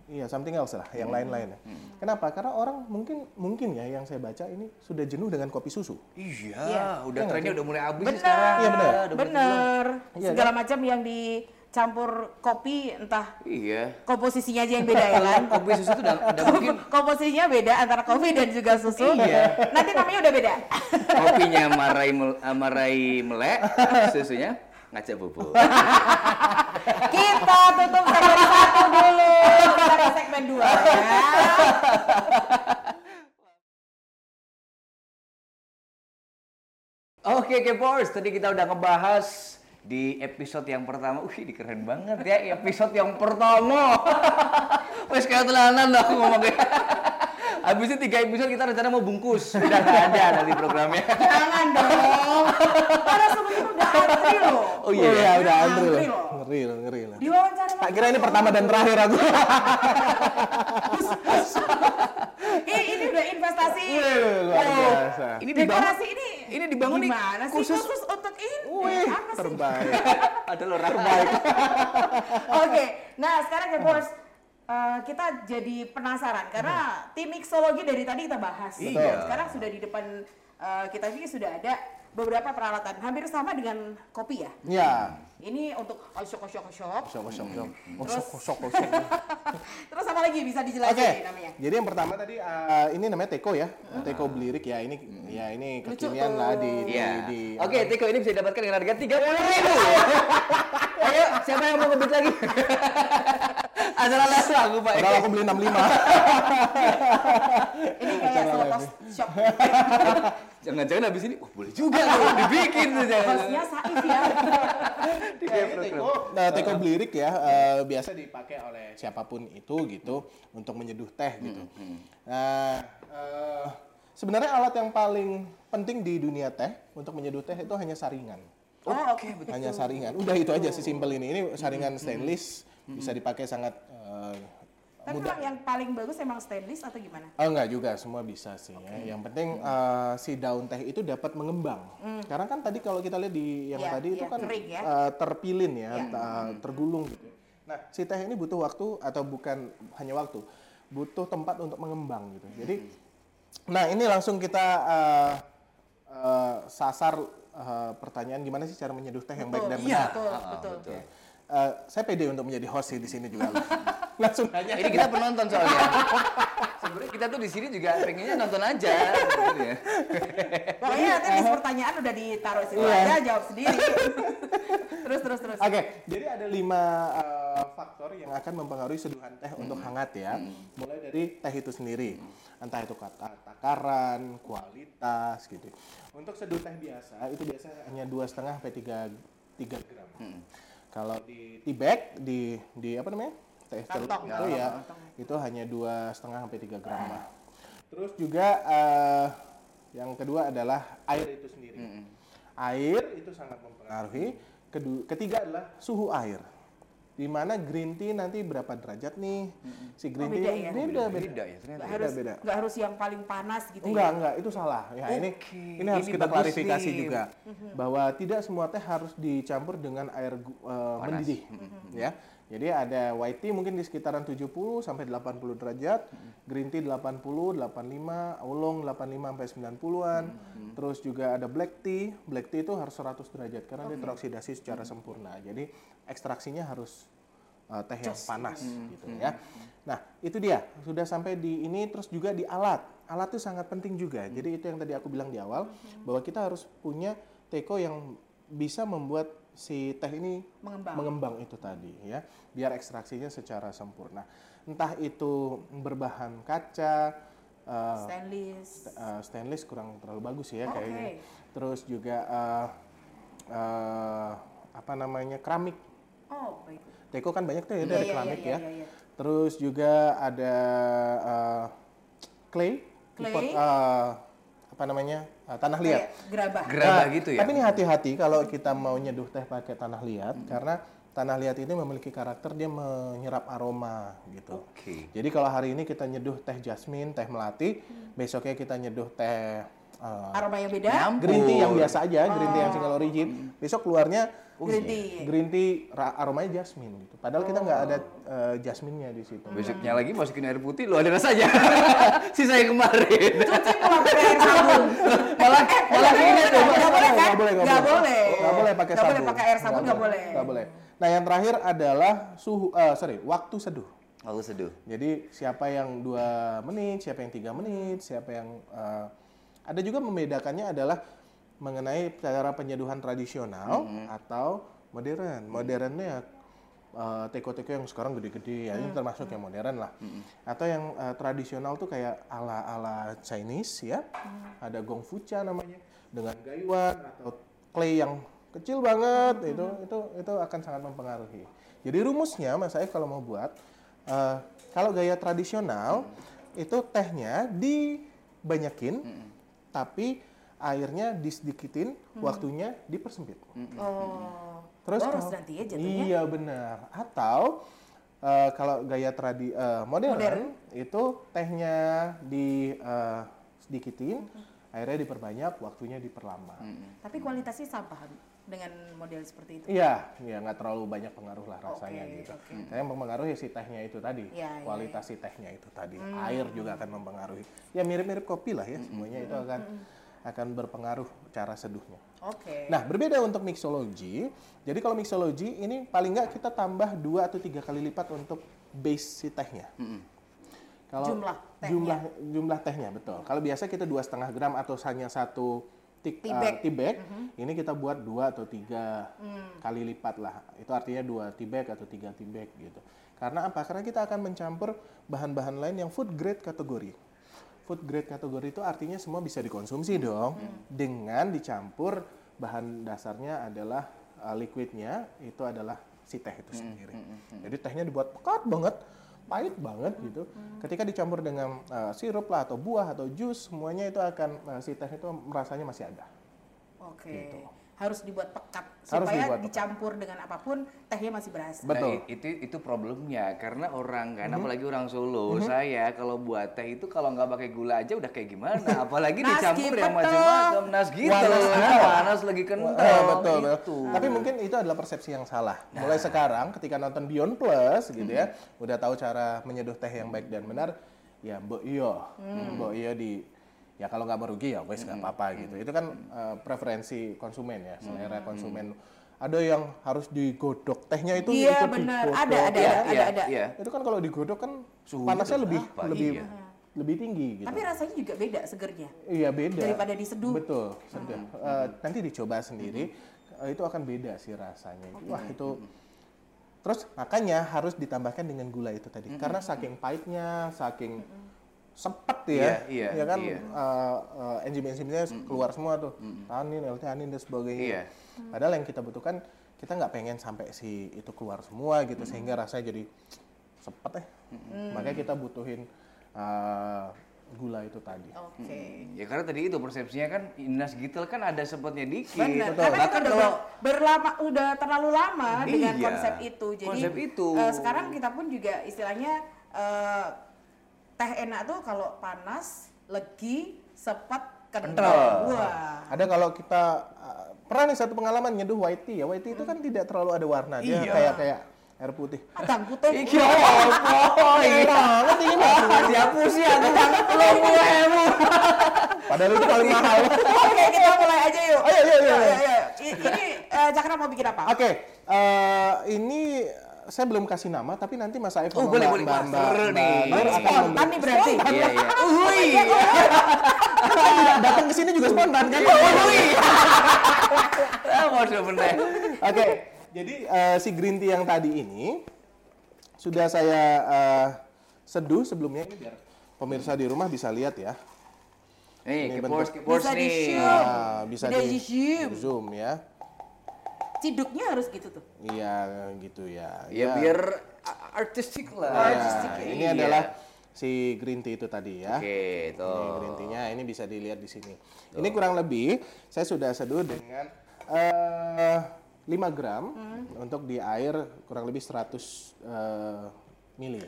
iya something else lah, Hmm, yang lain-lain. Kenapa? Karena orang mungkin mungkin ya yang saya baca ini sudah jenuh dengan kopi susu. Iya, Iya. udah trennya udah mulai habis sih Benar, sekarang. Ya, Iya, benar. Udah mulai benar. Iya, Segala macam yang dicampur kopi, entah belum. Iya. komposisinya aja yang beda ya kan? Kopi susu itu udah, udah mungkin Komposisinya beda antara kopi dan juga susu. Iya. Nanti namanya udah beda. kopinya marai mel- eh, marai melek, susunya ngaca bubuk. Kita tutup segmen satu dulu. Kita ke segmen dua ya. Oke, Kepors, tadi kita udah ngebahas di episode yang pertama. Wih, ini keren banget ya episode yang pertama. Wes kayak telanan dah aku ngomongnya. Habis itu tiga episode kita rencana mau bungkus. Udah nggak ada nanti programnya. Jangan dong. Para sebelumnya udah antri loh. Oh iya, ya, udah antri antri loh. loh. Ngeri loh, ngeri loh. Diwawancara Tak kira ini pertama dan terakhir aku. Eh, ini udah investasi. Luar biasa. Ini dibangun. Dekorasi ini Ini dibangun nih gimana sih khusus- khusus, untuk ini? Wih, Apa sih? terbaik. Ada loh terbaik. Oke, nah sekarang ya bos, eh, kita jadi penasaran karena tim mixologi dari tadi kita bahas. Iya. Sekarang sudah di depan eh, kita ini sudah ada beberapa peralatan, hampir sama dengan kopi ya. Ya. Ini untuk osyok osyok osyok. Sok, sok, sok. Terus- Oh, Sok, sok, sok. Terus apa lagi bisa dijelasin Oke. nih namanya? Jadi yang pertama tadi eh, ini namanya teko ya. Teko belirik ya ini ya ini Lucu kekinian tuh. lah di di, Iya. di Oke, Tiko ini bisa didapatkan dengan harga tiga puluh ribu. Ayo, siapa yang mau ngebit lagi? Acara les lah aku pak. Padahal aku beli 65. Ini kayak Acara slot live shop. Eh, Jangan-jangan habis ini, wah boleh juga tuh dibikin tuh jangan. Hostnya Saif ya. Ya, ini teko, nah, teko belirik ya eh, biasa dipakai oleh siapapun itu gitu untuk menyeduh teh gitu. Nah, eh, sebenarnya alat yang paling penting di dunia teh untuk menyeduh teh itu hanya saringan. Oh oke. betul. hanya saringan. Udah itu aja sih simpel ini. Ini saringan stainless bisa dipakai sangat eh, Tapi mudah. emang yang paling bagus emang stainless atau gimana? Oh enggak juga, semua bisa sih ya. Yang penting Hmm. eh, si daun teh itu dapat mengembang. Karena kan tadi kalau kita lihat di yang Iya, tadi itu iya, kan kering ya. Hmm. eh, terpilin ya, ta- tergulung gitu. Nah, si teh ini butuh waktu atau bukan hanya waktu, butuh tempat untuk mengembang Hmm. gitu. Jadi nah ini langsung kita eh, eh, sasar eh, pertanyaan gimana sih cara menyeduh teh yang baik dan Iya, benar. betul, Ah, ah, betul. betul. Eh, saya pede untuk menjadi host sih di sini juga. langsung aja. Ini kita penonton soalnya. Sebenarnya kita tuh di sini juga pengennya nonton aja. sebenarnya. Pokoknya nanti list pertanyaan udah ditaruh di situ Iya. aja, jawab sendiri. terus terus terus. Oke, jadi ada lima eh, faktor yang akan mempengaruhi seduhan teh untuk Hmm. hangat ya. Mulai dari teh itu sendiri, entah itu kata takaran, kualitas gitu. Untuk seduh teh biasa itu biasa hanya dua setengah sampai tiga tiga gram. Hmm. Kalau di tea bag di di apa namanya teh celup Kantong, itu ya, ya itu hanya dua setengah sampai tiga gram lah. Terus juga eh, yang kedua adalah air itu sendiri. Air itu sangat mempengaruhi. Kedua, ketiga adalah suhu air. Di mana green tea nanti berapa derajat nih? Si green Oh, beda tea ya? beda beda. Beda ya ternyata. Nggak harus beda. nggak harus yang paling panas gitu Enggak, ya. enggak, itu salah. Ya, ini Oke, ini harus ini kita bagus Mm-hmm. klarifikasi nih. juga bahwa tidak semua teh harus dicampur dengan air gu- eh, mendidih, Mm-hmm. ya. Jadi ada white tea mungkin di sekitaran 70 sampai 80 derajat, Mm-hmm. green tea 80, 85, oolong 85 sampai 90-an. Mm-hmm. Terus juga ada black tea. Black tea itu harus 100 derajat karena dia teroksidasi Mm-hmm. secara sempurna. Jadi ekstraksinya harus eh, teh yang panas Hmm. gitu ya. Nah, itu dia. Sudah sampai di ini terus juga di alat. Alat itu sangat penting Hmm. juga. Jadi itu yang tadi aku bilang di awal bahwa kita harus punya teko yang bisa membuat si teh ini Mengembang. mengembang itu tadi ya. Biar ekstraksinya secara sempurna. Entah itu berbahan kaca eh, Stainless. eh, stainless kurang terlalu bagus Oh, ya oke. kayaknya. Terus juga eh, eh, apa namanya keramik Oh, baik. Teko kan banyak tuh Iya, ya dari iya, keramik iya, ya. iya, iya. Terus juga ada eh, clay, Clay. Iya, eh, apa namanya eh, tanah liat. Kayak gerabah. Gerabah Nah, gitu ya. Tapi ini hati-hati kalau kita mau nyeduh teh pakai tanah liat Hmm. karena tanah liat ini memiliki karakter dia menyerap aroma gitu. Oke. Jadi kalau hari ini kita nyeduh teh jasmine, teh melati, Hmm. besoknya kita nyeduh teh eh, Aroma yang beda. Nyam. green tea yang biasa aja, green tea yang single origin. Besok keluarnya Oh. Green tea. green tea ra- aromanya jasmine gitu. Padahal kita nggak ada eh, jasminnya di situ. Besoknya lagi masukin air putih lo ada rasanya. Sisa yang kemarin. Cuci pulang pakai air sabun. Eh, malah malah ingat ya. Nggak boleh kan? gitu. Nggak boleh, Nggak boleh. Nggak boleh pakai Nggak sabun. boleh pakai air sabun, nggak boleh. Nggak boleh. Nah, yang terakhir adalah suhu eh, sorry, waktu seduh. Aku seduh. Jadi siapa yang dua menit, siapa yang tiga menit, siapa yang eh, ada juga membedakannya adalah mengenai cara penyeduhan tradisional atau modern. Modernnya eh, teko-teko yang sekarang gede-gede ya, itu termasuk yang modern lah. Atau yang eh, tradisional tuh kayak ala-ala Chinese ya, ada gongfucha namanya dengan gayuan atau clay yang kecil banget itu itu itu akan sangat mempengaruhi. Jadi rumusnya Mas saya kalau mau buat Eh, kalau gaya tradisional itu tehnya dibanyakin, tapi airnya disedikitin, waktunya dipersempit. Oh. Terus boros kalau- nanti ya jatuhnya. Iya benar. Atau eh, kalau gaya tradi eh, modern, itu tehnya di eh, sedikitin, airnya diperbanyak, waktunya diperlama. Tapi kualitasnya sama paham dengan model seperti itu. Iya, ya nggak terlalu banyak pengaruh lah rasanya Oke, gitu. oke. Karena yang mempengaruhi si tehnya itu tadi, Ya, ya, kualitas si tehnya itu tadi, Hmm. air juga akan mempengaruhi. Ya mirip-mirip kopi lah ya, hmm, semuanya itu akan akan berpengaruh cara seduhnya. Oke. Nah, berbeda untuk mixology. Jadi kalau mixology ini paling nggak kita tambah dua atau tiga kali lipat untuk base si tehnya. Kalau Hmm, Jumlah tehnya. jumlah jumlah tehnya betul. Kalau biasa kita dua setengah gram atau hanya satu tik- Tea eh, bag. tea bag, ini kita buat dua atau tiga kali lipat lah. Itu artinya dua tea bag atau tiga tea bag gitu. Karena apa? Karena kita akan mencampur bahan-bahan lain yang food grade kategori. Food grade kategori itu artinya semua bisa dikonsumsi dong, dengan dicampur bahan dasarnya adalah eh, liquidnya itu adalah si teh itu sendiri. Jadi tehnya dibuat pekat banget, pahit banget gitu. Ketika dicampur dengan eh, sirup lah atau buah atau jus, semuanya itu akan eh, si teh itu rasanya masih ada. Oke. Harus dibuat pekat gitu. Harus supaya dibuat pekat. dicampur dengan apapun tehnya masih berasa. Betul. Nah, i- Mm-hmm. itu itu problemnya karena orang kan apalagi orang Solo saya kalau buat teh itu kalau nggak pakai gula aja udah kayak gimana apalagi Nasi dicampur yang pecel. macam-macam nas gitu Panas kental. panas lagi kental Oh, Eh, betul, betul. gitu. Tapi mungkin itu adalah persepsi yang salah. Nah. Mulai sekarang ketika nonton Beyond Plus gitu ya, udah tahu cara menyeduh teh yang baik dan benar, ya mbok iyo, Mm. mbok iyo di ya kalau nggak merugi ya wes nggak apa-apa gitu. Itu kan eh, preferensi konsumen ya, selera konsumen. Ada yang harus digodok tehnya itu Iya ikut benar. digodok. Ada ya. ada Iya, ada iya, ada. iya. Itu kan kalau digodok kan Suhunya panasnya tetap lebih apa, lebih iya. lebih tinggi gitu. Tapi rasanya juga beda segernya. Iya beda. Daripada diseduh. Hmm. Betul, seduh. Eh, nanti dicoba sendiri, eh, itu akan beda sih rasanya. Wah itu. Hmm. Terus makanya harus ditambahkan dengan gula itu tadi, Hmm. karena saking pahitnya, saking sepet ya, Iya, iya, ya kan iya. eh, eh, enzim-enzimnya Hmm. keluar semua tuh, tanin, L-theanin dan sebagainya. Iya. Hmm. Padahal yang kita butuhkan kita nggak pengen sampai si itu keluar semua gitu Hmm. sehingga rasanya jadi sepet ya. Makanya kita butuhin eh, gula itu tadi. Oke. Ya karena tadi itu persepsinya kan Inas Gitel kan ada sepetnya dikit. Benar, Betul. karena kita Bahkan udah Gitu kalau ber- berlama, udah terlalu lama dengan Iya, konsep itu. Jadi konsep itu. eh, sekarang kita pun juga istilahnya eh, teh enak tuh kalau panas, legi, sepet, kental. Kental. Wah. Ada kalau kita uh, pernah nih satu pengalaman nyeduh white tea ya. White tea itu kan tidak terlalu ada warna. Dia Iya. kayak kayak air putih. Ada putih. Iki apa? Enak banget ini. Siapa sih aku banget lo mulaimu. Padahal itu paling mahal. Oke, kita mulai aja yuk. Ayo, ayo, ayo, ayo. I- Ini eh, Cakra mau bikin apa? Oke, eh, ini saya belum kasih nama tapi nanti Mas Saif Oh, sama boleh, Mbak- boleh. Mbak- Wah, Mbak- seru Mbak nih. Nur akan Spontan memberi- nih berarti. Iya iya. Uhui. Kan juga datang ke sini juga spontan kan? Uhui. Ah, Waduh bener. Oke, jadi eh, si green tea yang tadi ini sudah saya eh, seduh sebelumnya ini biar pemirsa di rumah bisa lihat ya. Nih, Ini kepors bentuk- kepors Bisa nih. di-shoot. Ah, bisa Udah di di-zoom. zoom ya. Ciduknya harus gitu tuh. Iya gitu ya. Ya biar a- artistic lah. Ya, artistic ya. ini Iya. adalah si green tea itu tadi ya. Oke, Ini tuh. green tea-nya ini bisa dilihat di sini. Ini kurang lebih saya sudah seduh dengan eh 5 gram untuk di air kurang lebih 100 eh, mili.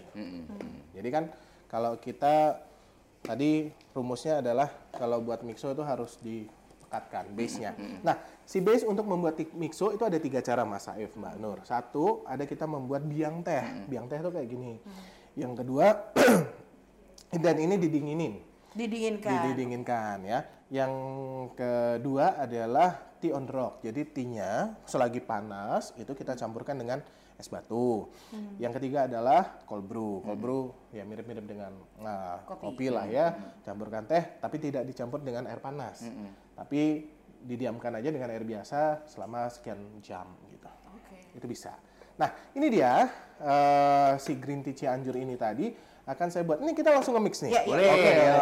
Jadi kan kalau kita tadi rumusnya adalah kalau buat mixo itu harus dipekatkan base-nya. Nah, si base untuk membuat ti- mixo itu ada tiga cara Mas Saif, Mbak Nur. Satu, ada kita membuat biang teh. Biang teh itu kayak gini. Yang kedua, dan ini didinginin Didinginkan. didinginkan ya. Yang kedua adalah tea on rock. Jadi tea-nya selagi panas itu kita campurkan dengan es batu. Yang ketiga adalah cold brew. Cold brew ya mirip-mirip dengan nah, kopi. lah ya. Campurkan teh tapi tidak dicampur dengan air panas. Tapi didiamkan aja dengan air biasa selama sekian jam gitu Oke. itu bisa. Nah, ini dia eh, si green tea Cianjur ini tadi akan saya buat. Ini kita langsung nge-mix nih. Ya, ya. Boleh, Oke, ya.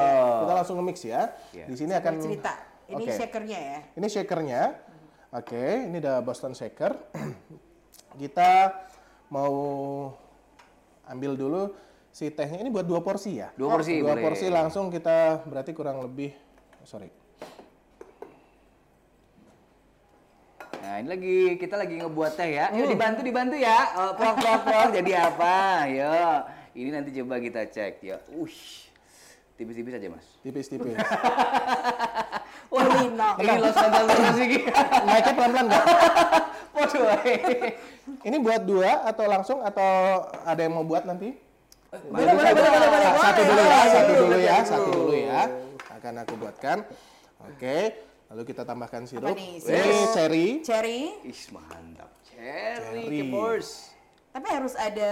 Kita langsung nge-mix ya. Di sini akan Ini cerita. Ini Oke. shakernya ya. Ini shakernya. Oke, ini ada Boston shaker. kita mau ambil dulu si tehnya. Ini buat dua porsi ya. Dua porsi, Dua boleh. porsi langsung kita berarti kurang lebih sorry. Nah, ini lagi kita lagi ngebuat teh ya. Hmm. Yuk dibantu dibantu ya. Eh, Plok plok plok jadi apa? Yuk. Ini nanti coba kita cek ya. Uh. Tipis-tipis aja, Mas. Tipis-tipis. Kulino. Ini Los Angeles lagi. Naiknya pelan-pelan nggak? Waduh. eh. Ini buat dua atau langsung atau ada yang mau buat nanti? Boleh, boleh, boleh, boleh, boleh. satu boleh. dulu ya, satu dulu ya, satu dulu ya. Akan aku buatkan. Oke, lalu kita tambahkan sirup. nih, Ini sirup? cherry. Cherry. Ih, mantap. Cherry Cherry. Kepors. Tapi harus ada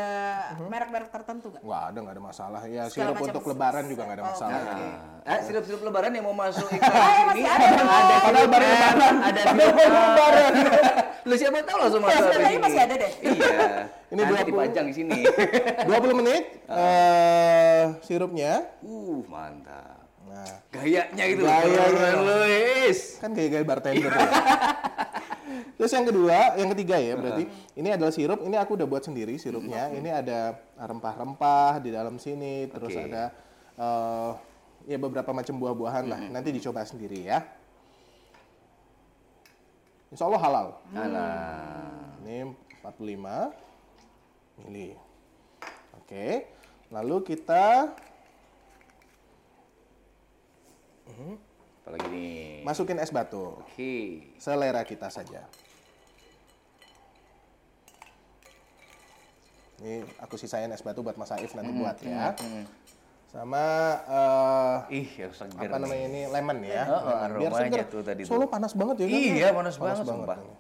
Mhm. merek-merek tertentu nggak? Wah, ada nggak ada masalah ya. Segala Sirup macam untuk se- lebaran juga nggak ada oh, masalah. oke. Nah, Eh, sirup-sirup lebaran yang mau masuk iklan Eh, sini. masih ada dong. Padahal baru lebaran. Ada sirup. lebaran. Lu siapa tahu langsung masuk. Sebenarnya hari ini. masih ada deh. Iya. Ini Ini dua 20. dipajang di sini. 20 menit eh sirupnya. Uh, mantap. Nah, Gayanya gitu. Gayanya. Keren lu, Is. kan gaya-gaya bartender. ya. Terus yang kedua, yang ketiga ya berarti ini adalah sirup. Ini aku udah buat sendiri sirupnya. Ini ada rempah-rempah di dalam sini. Terus Oke. ada eh, ya beberapa macam buah-buahan lah. Nanti dicoba sendiri ya. Insya Allah halal. Nah, Alah. Ini 45 mili. Oke. Lalu kita Apalagi nih. masukin es batu. Oke. selera kita saja. Ini aku sisain es batu buat Mas Saif nanti buat ya. Sama eh, Ih, yang seger. apa namanya ini lemon ya. Oh, oh, Lemon. aromanya tuh tadi tuh. Solo panas banget ya kan? Iya, panas banget, sumpah. ini.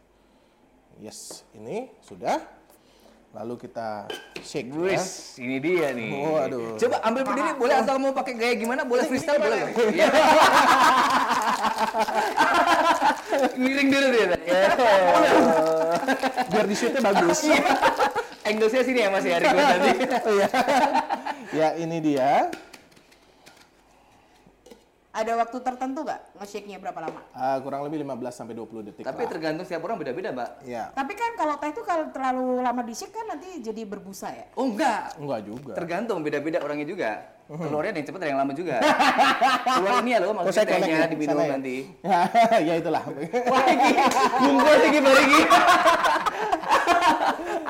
Yes, ini sudah. lalu kita shake ya. Wis, ini dia nih. Oh, aduh. Coba ambil berdiri Ah. boleh asal mau pakai gaya gimana boleh freestyle boleh. kan? Iya. Miring dulu dia. Oh, nah, tadi. Iya. biar di shootnya bagus. Iya. Angle-nya sini ya Mas ya, hari gue tadi. Iya. ya ini dia. Ada waktu tertentu nggak nge-shake-nya berapa lama? Eh, kurang lebih 15 sampai 20 detik. Tapi lah. tergantung setiap orang beda-beda, Mbak. ya. Tapi kan kalau teh itu kalau terlalu lama di-shake kan nanti jadi berbusa ya. Oh enggak, Enggak juga. tergantung beda-beda orangnya juga. Hmm. Keluarnya ada yang cepat ada yang lama juga. Keluar ini ya loh Terus maksudnya connect tehnya nih, di minum sana ya? nanti. ya itulah. Wah, ini bungkus lagi balik lagi.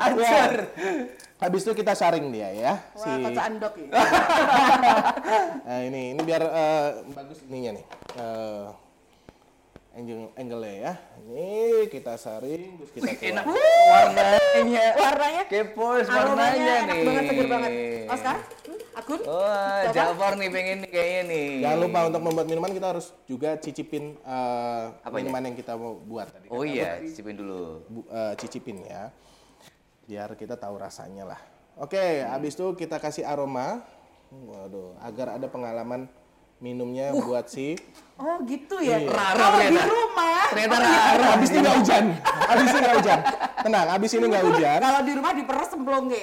Ajar. Habis itu kita saring dia ya. Si Wah, kocaan dok ya. Nah, ini ini biar eh, bagus ininya nih. Eh angle angle ya. Ini kita saring terus kita Enak keluar. warnanya. Warnanya, Kepos aromanya warnanya enak nih. banget, seger banget. Oscar, Hmm? Akun, Wah, Coba. Jafar nih pengen nih kayaknya nih. Jangan lupa untuk membuat minuman kita harus juga cicipin eh, Apanya? minuman yang kita mau buat tadi. Oh iya, cicipin dulu. Bu- eh, cicipin ya. Biar kita tahu rasanya lah. Oke, Hmm. habis itu kita kasih aroma. Waduh, agar ada pengalaman minumnya Uh. buat si Oh gitu ya. Iya. Rara Kalau di ternyata. rumah, Ternyata rara. Habis ini nggak hujan. Habis ini nggak hujan. Tenang, habis ini nggak hujan. kalau di rumah diperes semblong ge.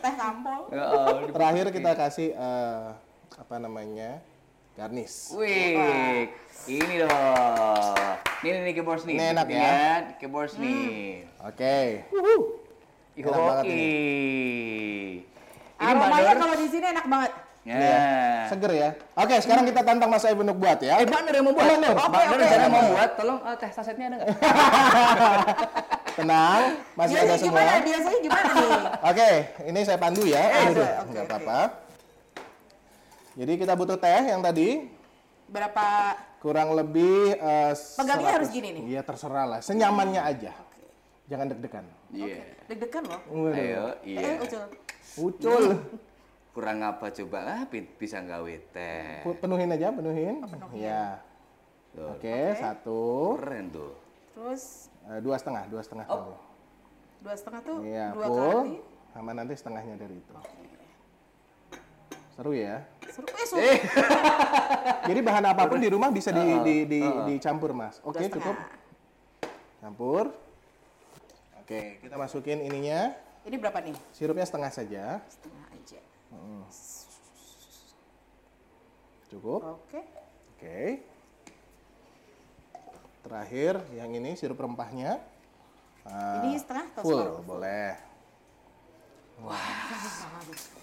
Teh kampol. Heeh. Terakhir kita kasih eh, apa namanya garnish. Wih, ini dong. Nih nih, nih keyboards nih. Ini enak ya. Lihat, keyboards nih. Oke. Enak banget Yoi. ini. Ini Mbak Aromanya Nur. kalau di sini enak banget. Iya. Nah. Ya. Seger ya. Oke, sekarang kita tantang Mas Aib untuk buat ya. Eh, Mbak Nur yang mau buat. Mbak Nur. Mbak Nur Oke, yang oke. mau buat. Tolong eh, teh sasetnya ada nggak? Tenang, masih ada Biasanya semua. Iya, gimana? Biasanya gimana nih? Oke, ini saya pandu ya. Eh, Aduh, oke, nggak oke. apa-apa. Jadi kita butuh teh yang tadi Berapa? kurang lebih eh, Pegangnya 100. harus gini nih? Hmm, Iya, terserah lah. Senyamannya aja. Jangan deg-degan. Iya. Deg-degan loh. Waduh. Ayo, iya. Eh, Ucul. Hmm, Ucul. Kurang apa coba? Ah, pi- bisa gawe teh. Pu- Penuhin aja, penuhin. Oh, Ya. Tuh, Oke, satu, Keren tuh. Terus eh, dua setengah, dua setengah kali. dua setengah tuh Iya, Oh, dua full. kali. Sama nanti setengahnya dari itu. Seru ya. Seru. Eh, seru. Eh. Jadi bahan apapun di rumah bisa di, di- di- dicampur mas. Dua Oke cukup. setengah. Campur. Oke, kita masukin ininya. Ini berapa nih? Sirupnya setengah saja. Setengah aja. Cukup. Oke. Oke. Terakhir yang ini sirup rempahnya. Ah, Ini setengah atau separuh? full boleh.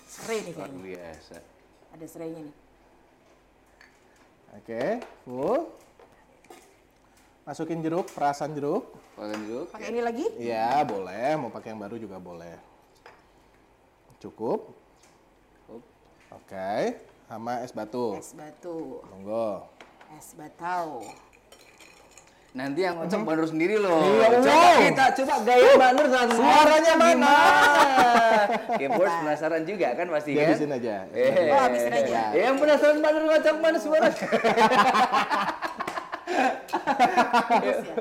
Serai nih Luar kayaknya. biasa. Ada serainya nih. Oke, full. Masukin jeruk, perasan jeruk. Kalian dulu. Pakai ini lagi? Iya, boleh. Mau pakai yang baru juga boleh. Cukup. Cukup. Oke. Sama es batu. Es batu, Monggo. es batau. Nanti yang ngocok Mbak Nur sendiri loh. Iya, coba wow. kita coba gaya Mbak Nur sama Suaranya mana? Keyboard penasaran juga kan pasti Dia kan? Ya, habisin aja. Eh. Oh, habisin aja. Eh, Yang penasaran Mbak Nur ngocok mana suara? Terus ya.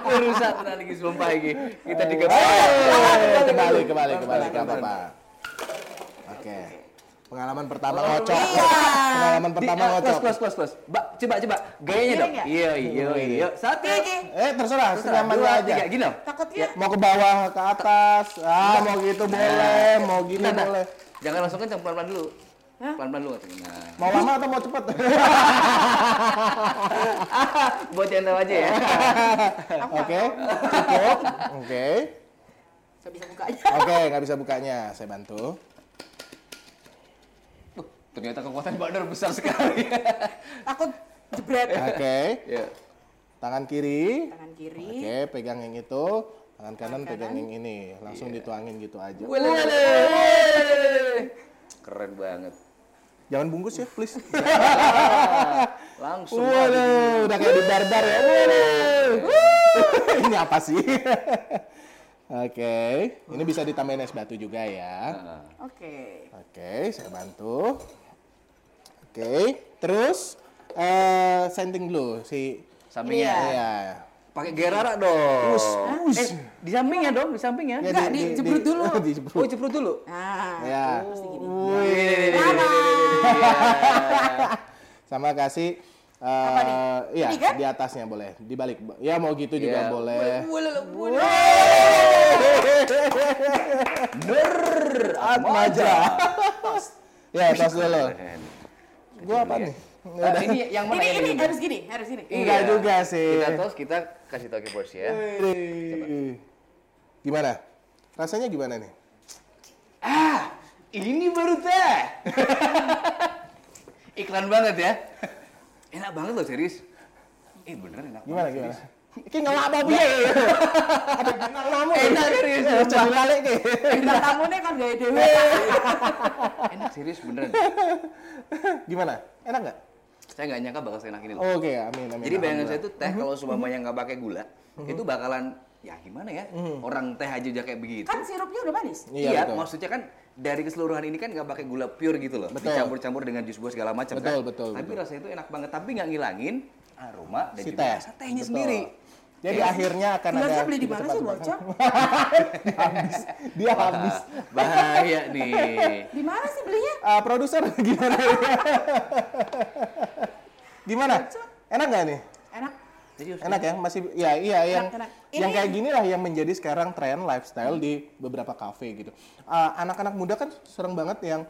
Aku rusak tenang lagi sumpah lagi. Kita juga. Eh, kembali, kembali, kembali. Gak apa-apa. Oke. Pengalaman pertama ngocok. Pengalaman Di- pertama ah, ngocok. Close, close, close. Mbak, coba, coba. Gayanya dong. Gayanya? Iya, iya, iya. Satu. Oke. ya? Eh, terserah. Terserah, Senyamannya dua, aja. tiga. Gini dong. Takutnya Mau ke bawah, ke atas. Ah, mau gitu boleh. Mau gini Nah, nah. boleh. Jangan langsung kencang, pelan-pelan dulu. Pelan-pelan dulu ngocok. Nah. Mau lama atau mau cepet? Buat yang tahu aja ya. Oke. Cukup. Oke. nggak bisa bukanya. Oke, nggak bisa bukanya. Saya bantu. Tuh, Ternyata kekuatan Mbak Nur besar sekali. Takut jebret. Oke, Ya. tangan kiri. Tangan kiri. Oke, pegang yang itu. Tangan kanan pegang yang ini. Langsung dituangin gitu aja. Keren banget. Jangan bungkus ya, please. Langsung. Waduh, udah kayak di barbar ya. Waduh. ini apa sih? Oke, ini bisa ditambahin es batu juga ya. Nah, Oke. Oke, saya bantu. Oke, terus eh scenting dulu si Sampingnya. Iya. Iya. Pakai gerara dong. Us. Eh, di sampingnya dong, di sampingnya. Ya, Enggak, dijebrut dulu. dijebrut. Oh, jebrut dulu. Nah, Ya. terus Nah, digini. Wih. Sama kasih Apa nih? eh iya, Ini kan? di atasnya boleh, dibalik. Ya mau gitu juga Iya. boleh. Nur Atmaja. Ya, tas dulu. Gua apa nih? Nah, ini yang mana Ini yang ini ini? harus gini, harus gini. Enggak Iya. juga sih. Kita tos, kita kasih tau keyboards ya. Wih. Gimana? Rasanya gimana nih? Ah, ini baru teh. Eh. Iklan banget ya. Enak banget loh, serius. Eh, bener enak. Gimana gimana? Ki ngelak babi ya. Ada bintang tamu. Enak serius. Eh, Coba balik nih. Bintang tamunya kan gaya dewe. Iya. Enak serius beneran. Gimana? Enak nggak? Saya nggak nyangka bakal seenak ini loh. Oke, amin amin. Jadi bayangan saya tuh teh Mhm. kalau seumpamanya nggak pakai gula, itu bakalan ya gimana ya? Orang teh aja udah kayak begitu. Kan sirupnya udah manis. Mhm. Gitu. Iya, Iya, betul. maksudnya kan dari keseluruhan ini kan nggak pakai gula pure gitu loh, Betul. dicampur-campur dengan jus buah segala macam. Betul, kan? betul, Tapi betul. rasanya itu enak banget, tapi nggak ngilangin aroma dan si juga teh. rasa tehnya Betul. sendiri. Jadi Ya. akhirnya akan kan ada Gelasnya Iya. beli di mana sih, bocah? habis. Dia habis. Bahaya nih. Di mana sih belinya? Eh, produser gimana? gimana? Enak nggak nih? Enak. Serius, Enak ya, masih ya iya yang gitu. enak. yang Ini- kayak gini lah yang menjadi sekarang tren lifestyle di beberapa kafe gitu. Eh, Anak-anak muda kan sering banget yang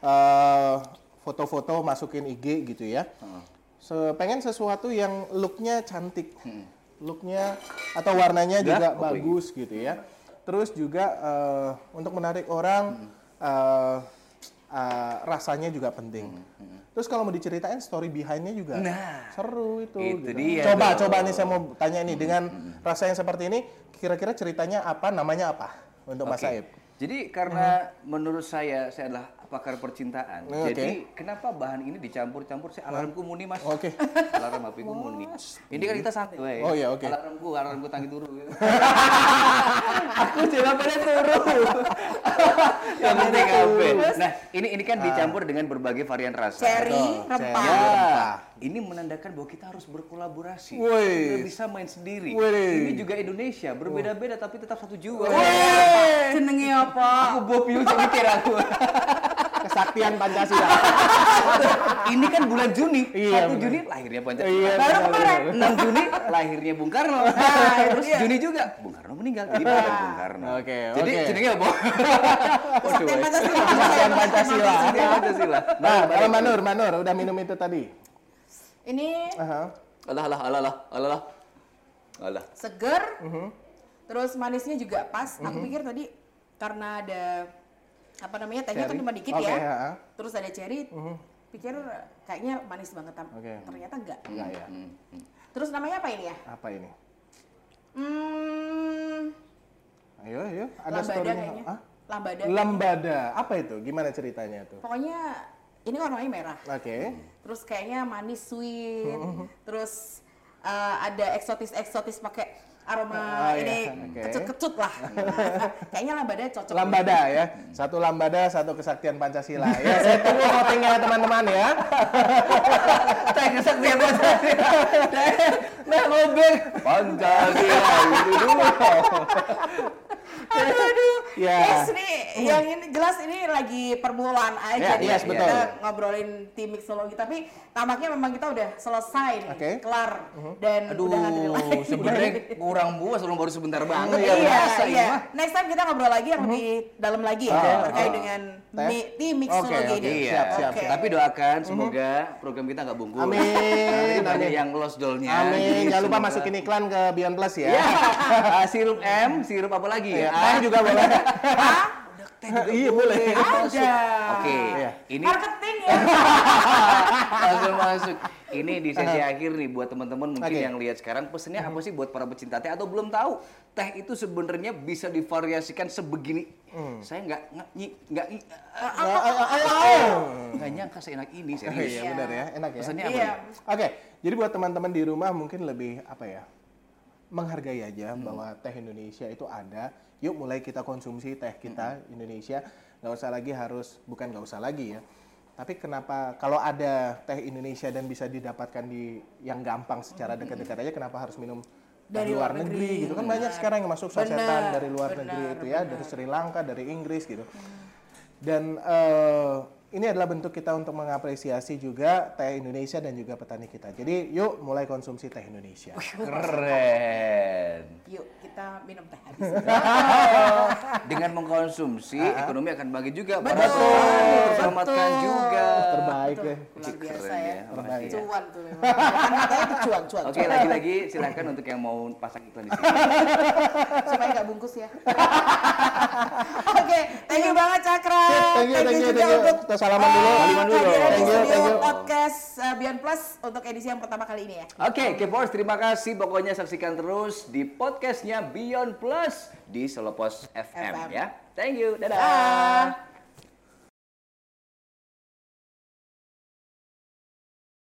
eh, foto-foto masukin IG gitu ya. Hmm. Se- pengen sesuatu yang looknya cantik, Hmm. looknya atau Dah, warnanya juga apa ini? bagus gitu ya. Terus juga eh, untuk menarik Hmm. orang eh, eh, rasanya juga penting. Terus kalau mau diceritain story behind-nya juga Hmm. Nah, seru itu. itu gitu. dia Coba, dong. coba nih saya mau tanya Hmm. nih dengan rasa yang seperti ini, kira-kira ceritanya apa, namanya apa untuk Mas Oke. Saib? Jadi karena menurut saya saya adalah pakar percintaan. Oke. Jadi kenapa bahan ini dicampur-campur sih alarmku muni Mas. Oke. Alarm HPku muni. Ini kan kita santai weh. Oh, iya, oke. Alarmku, alarmku tangi turu gitu. Aku jawabannya turu. Yang penting HP. Nah, ini ini kan Ah. dicampur dengan berbagai varian rasa. Cherry, Betul, rempah. cherry. Iya. Ya, ini menandakan bahwa kita harus berkolaborasi. Wih. Tidak bisa main sendiri. Wih. Ini juga Indonesia, berbeda-beda tapi tetap satu jiwa. Jenenge apa? Aku Bob Yu jadi mikir aku. Kesaktian Nah, Pancasila. Ini kan bulan Juni. Iya, 1 bener. Juni lahirnya Pancasila. Iya, Baru benar, kemarin. 6 Juni lahirnya Bung Karno. Terus Juni juga Bung Karno meninggal. Jadi bukan Bung Karno. Oke, Jadi oke. jenenge apa? Kesaktian Pancasila. Kesaktian Pancasila. Kesaktian Pancasila. Nah, kalau Manur, Manur udah minum itu tadi. Ini Aha. Alah alah alah alah alah. Alah. seger. Mhm. Terus manisnya juga pas. Aku pikir tadi karena ada apa namanya tehnya kan Cherry. cuma dikit Oke, ya. ha, ha. Terus ada cherry. Pikir kayaknya manis banget. Tam. Oke. Ternyata enggak. Iya, Enggak ya. Terus namanya apa ini ya? Apa ini? Hmm, Ayo, ayo. Ada lambada story-nya. kayaknya. Hah? Lambada. Lambada. Apa itu? Gimana ceritanya tuh? Pokoknya ini warnanya merah. Oke. Hmm. Terus kayaknya manis sweet. Hmm. Terus eh, ada eksotis-eksotis pakai aroma Ah, iya, ini oke. kecut-kecut lah. kayaknya lambada cocok. Lambada ya. Hmm. Satu lambada, satu kesaktian Pancasila. Ya, saya tunggu votingnya teman-teman ya. Teh kesaktian Pancasila. Teh, nah ngobeng. Pancasila itu dulu. Aduh, Ya. yes nih, yang ini jelas ini lagi permulaan aja Ya, nih. yes, kita betul. ngobrolin tim mixologi, tapi tampaknya memang kita udah selesai nih, Oke. Mhm. kelar dan Aduh, udah nggak ada lagi. sebenarnya kurang puas belum baru sebentar banget ya. iya, Masa ini iya. mah? Next time kita ngobrol lagi yang lebih dalam lagi ya, Ah, terkait ah. dengan Teh? mi, tim mixologi Oke, oke. ini. Iya, Siap, siap, Oke. siap. Tapi doakan semoga program kita nggak bungkus. Amin, Nanti ada amin. Nah, yang lost dollnya. Amin. Jadi Jangan lupa semoga- masukin ya. iklan ke Beyond Plus ya. Ya, ah, sirup M, sirup apa lagi? Ya, Ah, teh juga boleh. Ah, teh juga iya boleh. Ada. Oke, Iya. ini marketing ya. langsung masuk. Ini di sesi akhir nih buat teman-teman mungkin Oke. Mm-hmm. yang lihat sekarang pesennya apa sih buat para pecinta teh atau belum tahu teh itu sebenarnya bisa divariasikan sebegini. Mm. Saya nggak nggak nyi- nggak nyi- eh, Ayo, ayo, ayo, ayo. nggak nyangka seenak ini serius. Mm. Iya benar ya, enak ya. Pesannya apa? iya. nih? Oke, jadi buat teman-teman di rumah mungkin lebih apa ya? Menghargai aja bahwa teh Indonesia itu ada. Yuk mulai kita konsumsi teh kita Indonesia. Nggak usah lagi harus, bukan nggak usah lagi ya. Tapi kenapa kalau ada teh Indonesia dan bisa didapatkan di yang gampang secara dekat-dekat aja, kenapa harus minum Hmm. dari luar negeri, gitu kan banyak sekarang yang masuk sasetan Benar, dari luar benar, Hmm. negeri itu ya dari Sri Lanka dari Inggris gitu dan eh, ini adalah bentuk kita untuk mengapresiasi juga teh Indonesia dan juga petani kita jadi yuk mulai konsumsi teh Indonesia Keren. Yuk kita minum teh habis. ini. Iya. Dengan mengkonsumsi, ekonomi akan bagi juga. Betul. Betul. Terselamatkan juga. terbaik ya Luar biasa Keren ya. ya, makasih ya. Cuan tuh memang. Makanya itu cuan, cuan. Oke, lagi-lagi silahkan untuk yang mau pasang iklan di sini. Supaya nggak bungkus ya. Oke, thank you banget Cakra. Thank you, thank you, juga thank you. untuk Kita salaman dulu. eh, Salaman dulu. kehadiran di Thank you, studio thank you. podcast eh, Beyond Plus untuk edisi yang pertama kali ini ya. Oke, Kepors, terima kasih. Pokoknya saksikan terus di podcastnya Beyond Plus di Solopos FM, FM. ya. Thank you, dadah. Dah.